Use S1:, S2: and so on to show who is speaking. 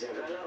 S1: jagala